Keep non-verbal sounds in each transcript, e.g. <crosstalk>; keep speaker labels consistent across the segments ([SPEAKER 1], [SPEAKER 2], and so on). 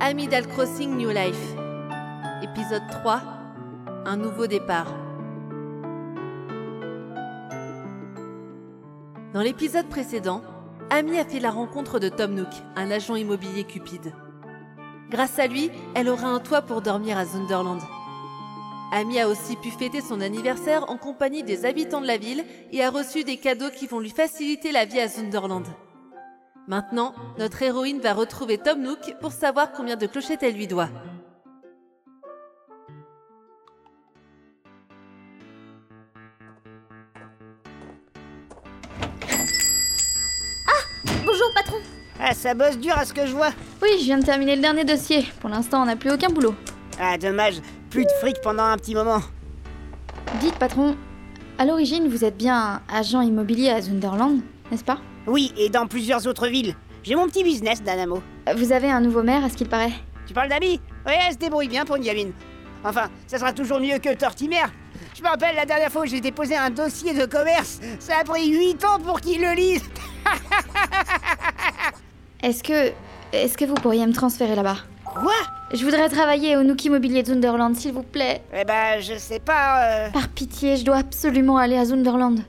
[SPEAKER 1] Amidal Crossing New Life. Épisode 3. Un nouveau départ. Dans l'épisode précédent, Amy a fait la rencontre de Tom Nook, un agent immobilier cupide. Grâce à lui, elle aura un toit pour dormir à Sunderland. Amy a aussi pu fêter son anniversaire en compagnie des habitants de la ville et a reçu des cadeaux qui vont lui faciliter la vie à Sunderland. Maintenant, notre héroïne va retrouver Tom Nook pour savoir combien de clochettes elle lui doit.
[SPEAKER 2] Bonjour patron
[SPEAKER 3] Ah, ça bosse dur à ce que je vois.
[SPEAKER 2] Oui, je viens de terminer le dernier dossier. Pour l'instant, on n'a plus aucun boulot.
[SPEAKER 3] Ah, dommage, plus de fric pendant un petit moment.
[SPEAKER 2] Dites patron, à l'origine, vous êtes bien agent immobilier à Zunderland, n'est-ce pas
[SPEAKER 3] Oui, et dans plusieurs autres villes. J'ai mon petit business, Danamo.
[SPEAKER 2] Vous avez un nouveau maire, à ce qu'il paraît.
[SPEAKER 3] Tu parles d'ami Ouais, elle se débrouille bien pour une gamine. Enfin, ça sera toujours mieux que Tortimer. Je me rappelle la dernière fois où j'ai déposé un dossier de commerce. Ça a pris 8 ans pour qu'il le lise.
[SPEAKER 2] Est-ce que... Est-ce que vous pourriez me transférer là-bas
[SPEAKER 3] Quoi
[SPEAKER 2] Je voudrais travailler au Nook Immobilier de Zunderland, s'il vous plaît.
[SPEAKER 3] Eh ben, je sais pas. euh,
[SPEAKER 2] Par pitié, je dois absolument aller à Zunderland.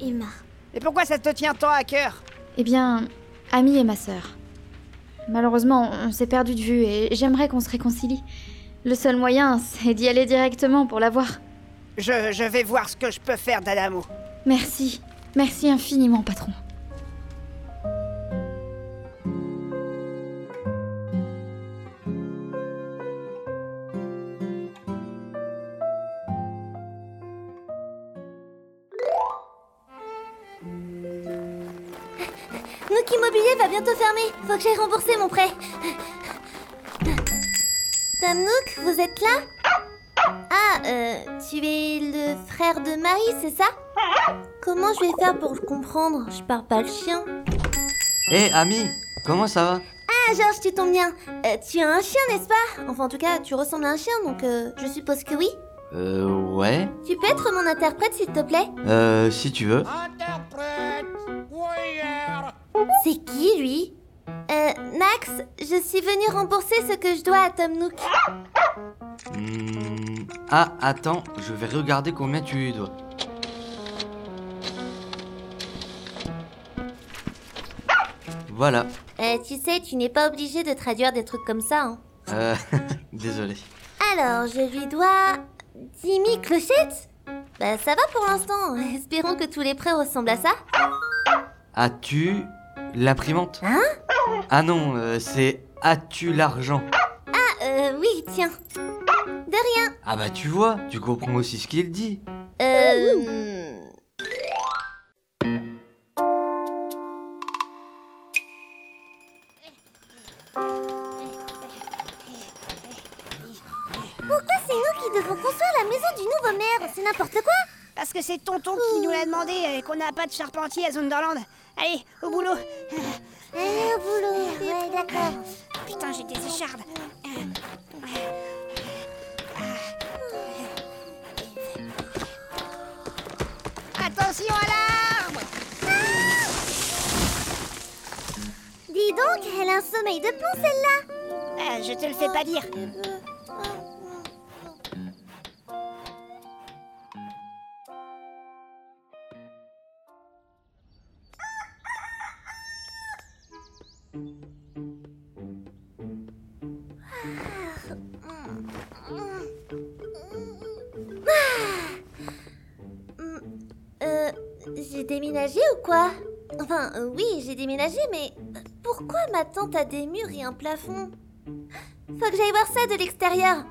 [SPEAKER 3] Et pourquoi ça te tient tant à cœur
[SPEAKER 2] Eh bien, Ami et ma sœur. Malheureusement, on s'est perdu de vue et j'aimerais qu'on se réconcilie. Le seul moyen, c'est d'y aller directement pour la voir.
[SPEAKER 3] je, je vais voir ce que je peux faire, Danamo.
[SPEAKER 2] Merci. Merci infiniment, patron.
[SPEAKER 4] Nook Immobilier va bientôt fermer. Faut que j'aille rembourser mon prêt. Tom Nook, vous êtes là Ah, euh, tu es le frère de Marie, c'est ça Comment je vais faire pour le comprendre Je parle pas le chien.
[SPEAKER 5] Hé, Eh, ami, comment ça va
[SPEAKER 4] Ah, Georges, tu tombes bien. Euh, tu as un chien, n'est-ce pas Enfin, en tout cas, tu ressembles à un chien, donc euh, je suppose que oui.
[SPEAKER 5] Euh, ouais.
[SPEAKER 4] Tu peux être mon interprète, s'il te plaît
[SPEAKER 5] Euh, si tu veux.
[SPEAKER 4] C'est qui, lui Euh, Max, je suis venue rembourser ce que je dois à Tom Nook.
[SPEAKER 5] Hmm, Ah, attends, je vais regarder combien tu lui dois. Voilà.
[SPEAKER 4] Euh, tu sais, tu n'es pas obligé de traduire des trucs comme ça, hein.
[SPEAKER 5] Euh, <laughs> désolé.
[SPEAKER 4] Alors, je lui dois 10 000 clochettes Bah ça va pour l'instant, <laughs> espérons que tous les prêts ressemblent à ça.
[SPEAKER 5] As-tu l'imprimante
[SPEAKER 4] Hein
[SPEAKER 5] Ah non, euh, c'est as-tu l'argent
[SPEAKER 4] Ah, euh, oui, tiens. De rien.
[SPEAKER 5] Ah bah tu vois, tu comprends aussi ce qu'il dit.
[SPEAKER 4] Euh... Pourquoi c'est nous qui devons construire la maison du nouveau maire C'est n'importe quoi
[SPEAKER 3] Parce que c'est tonton qui nous l'a demandé et qu'on n'a pas de charpentier à Zunderland. Allez, au boulot.
[SPEAKER 4] Allez
[SPEAKER 3] Euh,
[SPEAKER 4] au boulot, ouais d'accord.
[SPEAKER 3] Putain, j'ai des échardes. Attention à l'arbre
[SPEAKER 4] Dis donc, elle a un sommeil de plomb celle-là
[SPEAKER 3] Ah, Je te le fais pas dire.
[SPEAKER 4] Euh, j'ai déménagé ou quoi Enfin, euh, oui, j'ai déménagé, mais euh, pourquoi ma tante a des murs et un plafond Faut que j'aille voir ça de l'extérieur.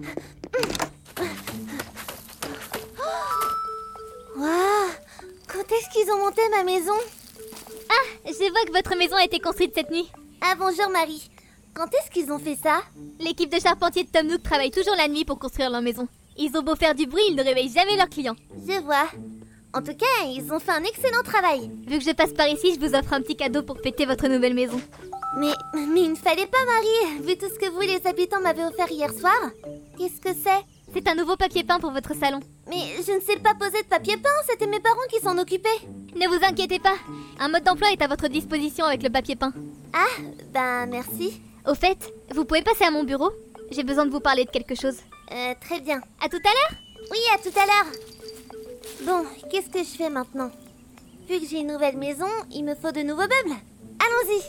[SPEAKER 4] Waouh Oh! Quand est-ce qu'ils ont monté ma maison
[SPEAKER 6] Je vois que votre maison a été construite cette nuit.
[SPEAKER 4] Ah bonjour Marie. Quand est-ce qu'ils ont fait ça
[SPEAKER 6] L'équipe de charpentiers de Tom Nook travaille toujours la nuit pour construire leur maison. Ils ont beau faire du bruit, ils ne réveillent jamais leurs clients.
[SPEAKER 4] Je vois. En tout cas, ils ont fait un excellent travail.
[SPEAKER 6] Vu que je passe par ici, je vous offre un petit cadeau pour fêter votre nouvelle maison.
[SPEAKER 4] Mais, mais il ne fallait pas, Marie, vu tout ce que vous, les habitants, m'avez offert hier soir. Qu'est-ce que c'est
[SPEAKER 6] C'est un nouveau papier peint pour votre salon.
[SPEAKER 4] Mais je ne sais pas poser de papier peint, c'était mes parents qui s'en occupaient.
[SPEAKER 6] Ne vous inquiétez pas, un mode d'emploi est à votre disposition avec le papier peint.
[SPEAKER 4] Ah, ben merci.
[SPEAKER 6] Au fait, vous pouvez passer à mon bureau J'ai besoin de vous parler de quelque chose.
[SPEAKER 4] Euh, très bien.
[SPEAKER 6] À tout à l'heure
[SPEAKER 4] Oui, à tout à l'heure. Bon, qu'est-ce que je fais maintenant Vu que j'ai une nouvelle maison, il me faut de nouveaux meubles. Allons-y.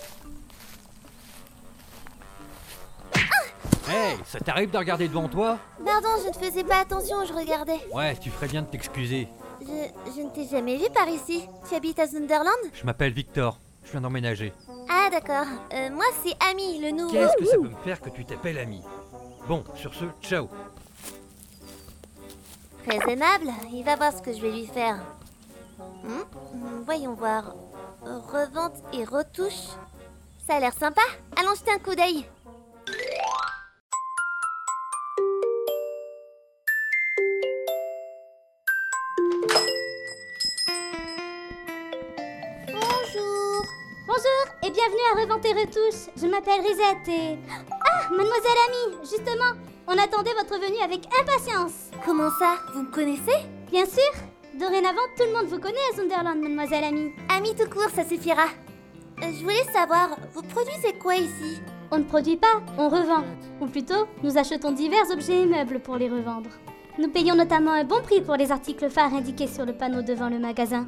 [SPEAKER 7] Hey, ça t'arrive de regarder devant toi
[SPEAKER 4] Pardon, je ne faisais pas attention, je regardais.
[SPEAKER 7] Ouais, tu ferais bien de t'excuser.
[SPEAKER 4] Je, je ne t'ai jamais vu par ici. Tu habites à Sunderland
[SPEAKER 7] Je m'appelle Victor, je viens d'emménager.
[SPEAKER 4] Ah d'accord. Euh, moi c'est Ami, le nouveau.
[SPEAKER 7] Qu'est-ce que ça peut me faire que tu t'appelles ami Bon, sur ce, ciao.
[SPEAKER 4] Très aimable, il va voir ce que je vais lui faire. Hmm, hmm, Voyons voir. Revente et retouche. Ça a l'air sympa. Allons jeter un coup d'œil.
[SPEAKER 8] Bonjour Bonjour et bienvenue à Revente et Retouche. Je m'appelle Risette et... Ah Mademoiselle Amie Justement, on attendait votre venue avec impatience
[SPEAKER 4] Comment ça Vous me connaissez
[SPEAKER 8] Bien sûr Dorénavant, tout le monde vous connaît à Sunderland, Mademoiselle Amie.
[SPEAKER 4] Ami tout court, ça suffira. Euh, je voulais savoir, vous produisez quoi ici
[SPEAKER 8] On ne produit pas, on revend. Ou plutôt, nous achetons divers objets et meubles pour les revendre. Nous payons notamment un bon prix pour les articles phares indiqués sur le panneau devant le magasin.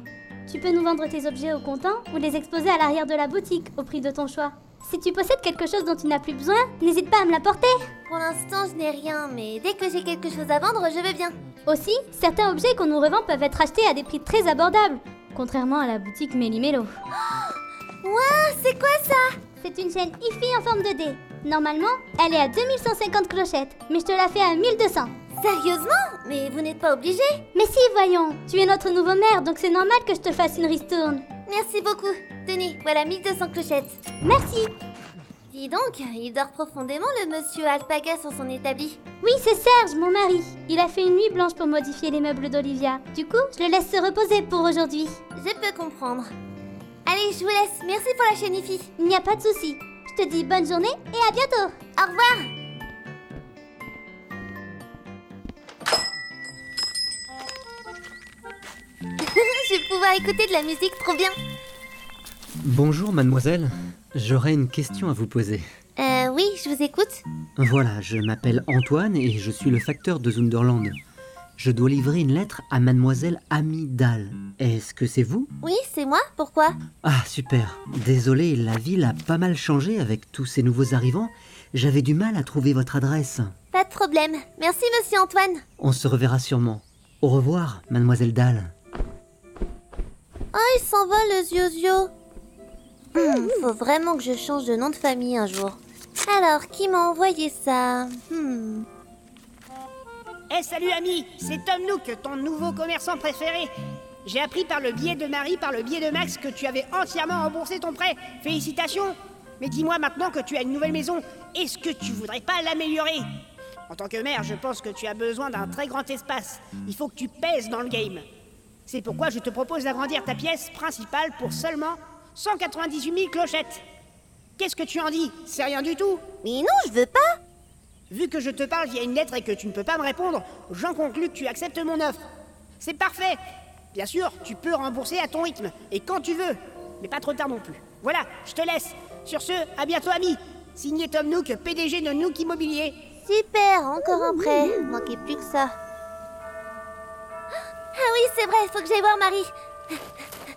[SPEAKER 8] Tu peux nous vendre tes objets au comptant ou les exposer à l'arrière de la boutique au prix de ton choix. Si tu possèdes quelque chose dont tu n'as plus besoin, n'hésite pas à me l'apporter.
[SPEAKER 4] Pour l'instant, je n'ai rien, mais dès que j'ai quelque chose à vendre, je veux bien.
[SPEAKER 8] Aussi, certains objets qu'on nous revend peuvent être achetés à des prix très abordables, contrairement à la boutique Méli-Mélo.
[SPEAKER 4] Ouah, c'est quoi ça
[SPEAKER 8] C'est une chaîne IFI en forme de dé. Normalement, elle est à 2150 clochettes, mais je te la fais à 1200.
[SPEAKER 4] Sérieusement Mais vous n'êtes pas obligé
[SPEAKER 8] Mais si, voyons, tu es notre nouveau maire, donc c'est normal que je te fasse une ristourne.
[SPEAKER 4] Merci beaucoup. Tenez, voilà 1200 clochettes.
[SPEAKER 8] Merci.
[SPEAKER 4] Dis donc, il dort profondément le monsieur Alpaga sur son établi.
[SPEAKER 8] Oui, c'est Serge, mon mari. Il a fait une nuit blanche pour modifier les meubles d'Olivia. Du coup, je le laisse se reposer pour aujourd'hui.
[SPEAKER 4] Je peux comprendre. Allez, je vous laisse. Merci pour la chaîne IFI.
[SPEAKER 8] Il n'y a pas de souci. Je te dis bonne journée et à bientôt.
[SPEAKER 4] Au revoir <laughs> Je vais pouvoir écouter de la musique, trop bien
[SPEAKER 9] Bonjour mademoiselle, j'aurais une question à vous poser.
[SPEAKER 4] Euh, oui, je vous écoute.
[SPEAKER 9] Voilà, je m'appelle Antoine et je suis le facteur de Zunderland. Je dois livrer une lettre à mademoiselle Amidal. Est-ce que c'est vous
[SPEAKER 4] Oui, c'est moi, pourquoi
[SPEAKER 9] Ah super, désolé, la ville a pas mal changé avec tous ces nouveaux arrivants. J'avais du mal à trouver votre adresse.
[SPEAKER 4] Pas de problème. Merci, monsieur Antoine.
[SPEAKER 9] On se reverra sûrement. Au revoir, mademoiselle Dahl.
[SPEAKER 4] Oh, il s'envole, le Ziozio. Hmm, faut vraiment que je change de nom de famille un jour. Alors, qui m'a envoyé ça Hmm.
[SPEAKER 3] Eh salut ami, c'est Tom Nook, ton nouveau commerçant préféré. J'ai appris par le biais de Marie, par le biais de Max, que tu avais entièrement remboursé ton prêt. Félicitations Mais dis-moi maintenant que tu as une nouvelle maison, est-ce que tu voudrais pas l'améliorer En tant que maire, je pense que tu as besoin d'un très grand espace. Il faut que tu pèses dans le game. C'est pourquoi je te propose d'agrandir ta pièce principale pour seulement 198 000 clochettes. Qu'est-ce que tu en dis C'est rien du tout
[SPEAKER 4] Mais non, je veux pas
[SPEAKER 3] Vu que je te parle via une lettre et que tu ne peux pas me répondre, j'en conclus que tu acceptes mon offre. C'est parfait Bien sûr, tu peux rembourser à ton rythme, et quand tu veux, mais pas trop tard non plus. Voilà, je te laisse. Sur ce, à bientôt ami Signé Tom Nook, PDG de Nook Immobilier.
[SPEAKER 4] Super, encore un prêt. Manquait plus que ça. Ah oui, c'est vrai, faut que j'aille voir Marie.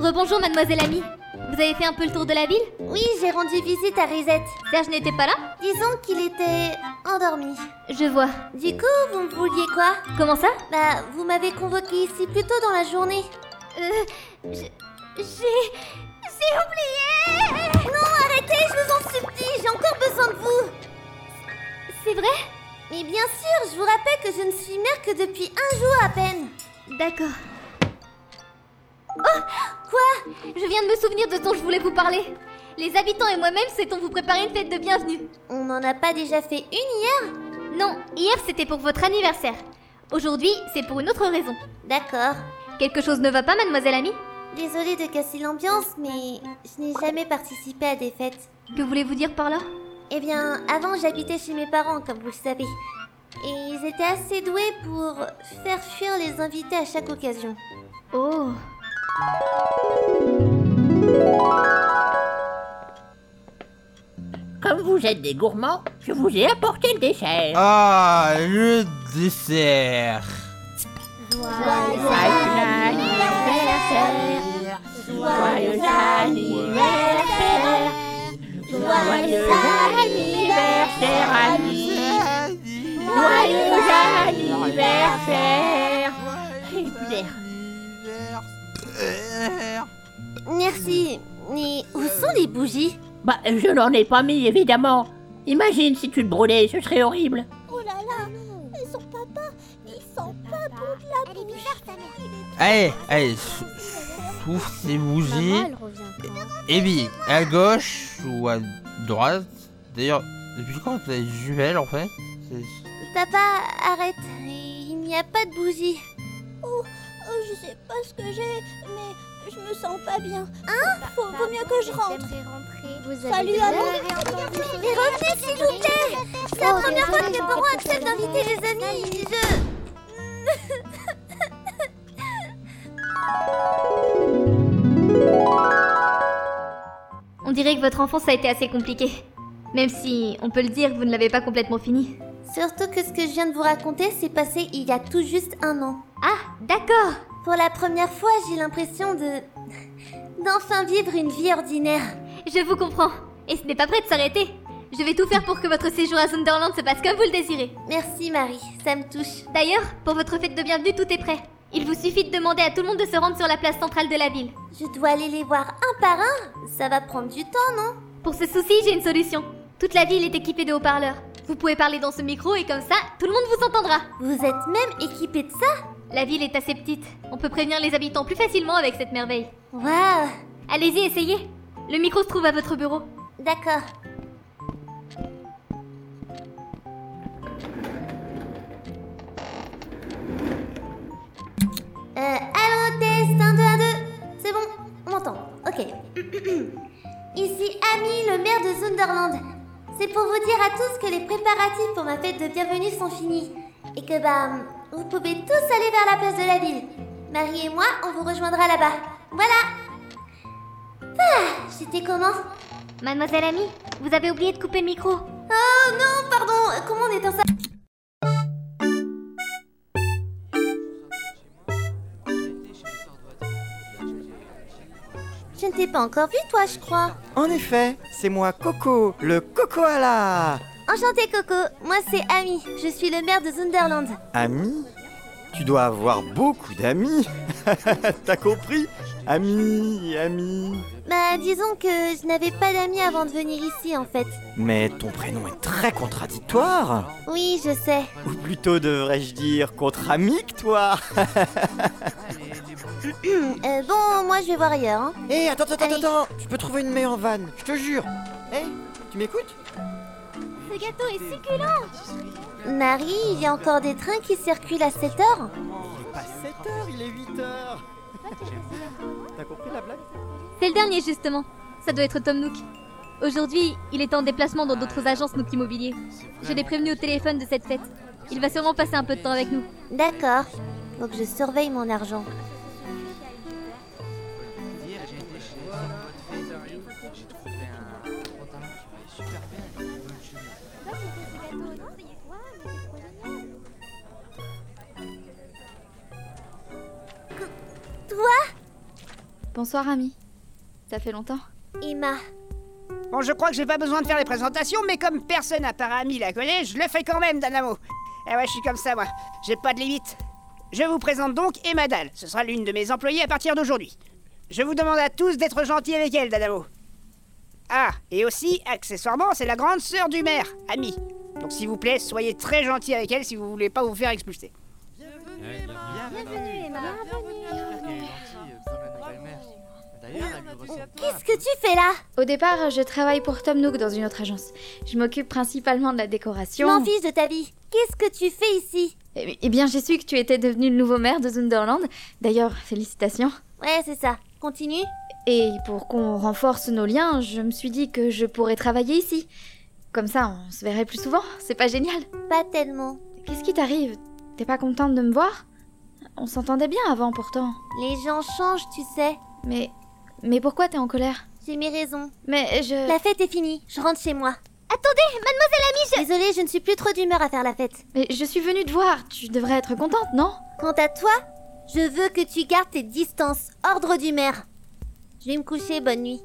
[SPEAKER 6] Rebonjour, mademoiselle Amie. Vous avez fait un peu le tour de la ville
[SPEAKER 4] Oui, j'ai rendu visite à Risette.
[SPEAKER 6] Serge n'était pas là
[SPEAKER 4] Disons qu'il était endormi.
[SPEAKER 6] Je vois.
[SPEAKER 4] Du coup, vous me vouliez quoi
[SPEAKER 6] Comment ça
[SPEAKER 4] Bah, vous m'avez convoqué ici plus tôt dans la journée.
[SPEAKER 6] Euh. je- J'ai. J'ai oublié
[SPEAKER 4] Non, arrêtez, je vous en supplie, j'ai encore besoin de vous.
[SPEAKER 6] C'est vrai
[SPEAKER 4] Mais bien sûr, je vous rappelle que je ne suis mère que depuis un jour à peine.
[SPEAKER 6] D'accord.
[SPEAKER 4] Quoi
[SPEAKER 6] Je viens de me souvenir de ce dont je voulais vous parler. Les habitants et moi-même souhaitons vous préparer une fête de bienvenue.
[SPEAKER 4] On n'en a pas déjà fait une hier
[SPEAKER 6] Non, hier c'était pour votre anniversaire. Aujourd'hui, c'est pour une autre raison.
[SPEAKER 4] D'accord.
[SPEAKER 6] Quelque chose ne va pas, mademoiselle Amie
[SPEAKER 4] Désolée de casser l'ambiance, mais je n'ai jamais participé à des fêtes.
[SPEAKER 6] Que voulez-vous dire par là
[SPEAKER 4] Eh bien, avant, j'habitais chez mes parents, comme vous le savez. Et ils étaient assez doués pour faire fuir les invités à chaque occasion.
[SPEAKER 8] Oh,
[SPEAKER 10] Comme vous êtes des gourmands, je vous ai apporté le dessert.
[SPEAKER 11] Ah, le dessert.
[SPEAKER 10] Joyeux anniversaire Joyeux anniversaire, ami Joyeux anniversaire
[SPEAKER 4] Merci, mais où sont les bougies
[SPEAKER 10] Bah, je n'en ai pas mis, évidemment. Imagine si tu te brûlais, ce serait horrible.
[SPEAKER 12] Oh là là Et son papa, il sent pas bon de la bouche
[SPEAKER 11] Allez, allez, sou- souffle ces bougies. Et bien, à gauche ou à droite D'ailleurs, depuis quand t'as des jumelles en fait C'est-
[SPEAKER 4] Papa, arrête, il n'y a pas de bougies.
[SPEAKER 12] Oh, oh, je sais pas ce que j'ai, mais je me sens pas bien. Hein Faut, vaut mieux que je rentre. Salut,
[SPEAKER 4] déjà
[SPEAKER 12] Amon
[SPEAKER 4] Mais revenez, s'il vous plaît C'est
[SPEAKER 12] Oh,
[SPEAKER 4] la première fois que mes parents acceptent d'inviter les amis Je...
[SPEAKER 6] On dirait que votre enfance a été assez compliquée. Même si, on peut le dire, vous ne l'avez pas complètement fini.
[SPEAKER 4] Surtout que ce que je viens de vous raconter s'est passé il y a tout juste un an. Ah, d'accord Pour la première fois, j'ai l'impression de... <laughs> d'enfin vivre une vie ordinaire.
[SPEAKER 6] Je vous comprends, et ce n'est pas prêt de s'arrêter. Je vais tout faire pour que votre séjour à Sunderland se passe comme vous le désirez.
[SPEAKER 4] Merci Marie, ça me touche.
[SPEAKER 6] D'ailleurs, pour votre fête de bienvenue, tout est prêt. Il vous suffit de demander à tout le monde de se rendre sur la place centrale de la ville.
[SPEAKER 4] Je dois aller les voir un par un Ça va prendre du temps, non
[SPEAKER 6] Pour ce souci, j'ai une solution. Toute la ville est équipée de haut-parleurs. Vous pouvez parler dans ce micro et comme ça, tout le monde vous entendra.
[SPEAKER 4] Vous êtes même équipé de ça
[SPEAKER 6] La ville est assez petite. On peut prévenir les habitants plus facilement avec cette merveille.
[SPEAKER 4] Waouh
[SPEAKER 6] Allez-y, essayez. Le micro se trouve à votre bureau.
[SPEAKER 4] D'accord. Euh, allô, test 1, 2, 1, 2. C'est bon, on m'entend. Ok. <clears throat> Ici Ami, le maire de Sunderland. C'est pour vous dire à tous que les préparatifs pour ma fête de bienvenue sont finis. Et que, bah, vous pouvez tous aller vers la place de la ville. Marie et moi, on vous rejoindra là-bas. Voilà Ah, j'étais comment
[SPEAKER 6] Mademoiselle Ami, vous avez oublié de couper le micro.
[SPEAKER 4] Oh non, pardon, comment on éteint ça Je ne t'ai pas encore vu, toi, je crois.
[SPEAKER 13] En effet, c'est moi Coco, le Cocoala
[SPEAKER 4] Enchantée, Coco. Moi, c'est Ami. Je suis le maire de Sunderland.
[SPEAKER 13] Ami Tu dois avoir beaucoup d'amis T'as compris Ami, ami
[SPEAKER 4] Bah, disons que je n'avais pas d'amis avant de venir ici, en fait.
[SPEAKER 13] Mais ton prénom est très contradictoire
[SPEAKER 4] Oui, je sais.
[SPEAKER 13] Ou plutôt devrais-je dire contre-amique, toi
[SPEAKER 4] Euh, bon, moi, je vais voir ailleurs. Hein.
[SPEAKER 13] Hé, attends, attends, attends, attends Je Oh, peux trouver une meilleure vanne, je te jure Hé, tu m'écoutes
[SPEAKER 6] Ce gâteau est succulent
[SPEAKER 4] Marie, il y a encore des trains qui circulent à 7 heures
[SPEAKER 13] Pas 7 heures, il est 8 heures T'as compris la blague
[SPEAKER 6] C'est le dernier, justement. Ça doit être Tom Nook. Aujourd'hui, il est en déplacement dans d'autres agences Nook Immobilier. Je l'ai prévenu au téléphone de cette fête. Il va sûrement passer un peu de temps avec nous.
[SPEAKER 4] D'accord. Faut que je surveille mon argent.
[SPEAKER 2] Bonsoir, Ami. Ça fait longtemps.
[SPEAKER 4] Emma.
[SPEAKER 3] Bon, je crois que j'ai pas besoin de faire les présentations, mais comme personne à part Ami la connaît, je le fais quand même, Danamo. Eh ouais, je suis comme ça, moi. J'ai pas de limite. Je vous présente donc Emma Dahl. Ce sera l'une de mes employées à partir d'aujourd'hui. Je vous demande à tous d'être gentils avec elle, Danamo. Ah, et aussi, accessoirement, c'est la grande sœur du maire, Ami. Donc s'il vous plaît, soyez très gentils avec elle si vous voulez pas vous faire expulser.
[SPEAKER 8] Bienvenue, Emma.
[SPEAKER 4] Qu'est-ce que tu fais là
[SPEAKER 2] Au départ, je travaille pour Tom Nook dans une autre agence. Je m'occupe principalement de la décoration.
[SPEAKER 4] Je m'en fiche de ta vie. Qu'est-ce que tu fais ici
[SPEAKER 2] Eh eh bien, j'ai su que tu étais devenu le nouveau maire de Zunderland. D'ailleurs, félicitations.
[SPEAKER 4] Ouais, c'est ça. continue
[SPEAKER 2] Et pour qu'on renforce nos liens, je me suis dit que je pourrais travailler ici. Comme ça, on se verrait plus souvent. C'est pas génial
[SPEAKER 4] Pas tellement.
[SPEAKER 2] Qu'est-ce qui t'arrive T'es pas contente de me voir On s'entendait bien avant pourtant.
[SPEAKER 4] Les gens changent, tu sais.
[SPEAKER 2] Mais. Mais pourquoi t'es en colère
[SPEAKER 4] J'ai mes raisons.
[SPEAKER 2] Mais je.
[SPEAKER 4] La fête est finie, je rentre chez moi.
[SPEAKER 12] Euh. Attendez, mademoiselle Ami, je...
[SPEAKER 4] Désolée, je ne suis plus trop d'humeur à faire la fête.
[SPEAKER 2] Mais je suis venue te voir, tu devrais être contente, non
[SPEAKER 4] Quant à toi, je veux que tu gardes tes distances. Ordre du maire. Je vais me coucher, bonne nuit.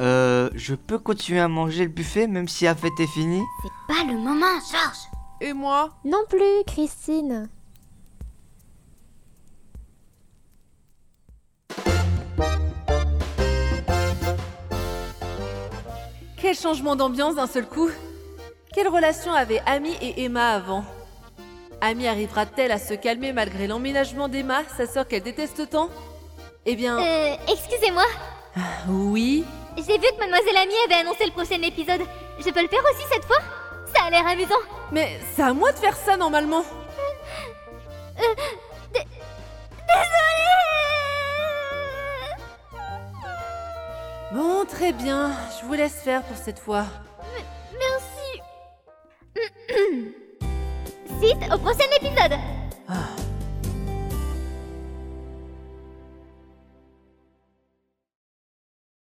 [SPEAKER 5] Euh, je peux continuer à manger le buffet même si la fête est finie
[SPEAKER 12] C'est pas le moment, Georges
[SPEAKER 1] Et moi
[SPEAKER 14] Non plus, Christine.
[SPEAKER 1] Quel changement d'ambiance d'un seul coup Quelle relation avaient Amy et Emma avant Amy arrivera-t-elle à se calmer malgré l'emménagement d'Emma, sa sœur qu'elle déteste tant Eh bien...
[SPEAKER 6] Euh, excusez-moi
[SPEAKER 1] Oui
[SPEAKER 6] J'ai vu que Mademoiselle Amy avait annoncé le prochain épisode. Je peux le faire aussi cette fois Ça a l'air amusant
[SPEAKER 1] Mais c'est à moi de faire ça normalement
[SPEAKER 12] Euh... dé- Désolée
[SPEAKER 1] Bon, très bien, je vous laisse faire pour cette fois.
[SPEAKER 12] Merci Suite au prochain épisode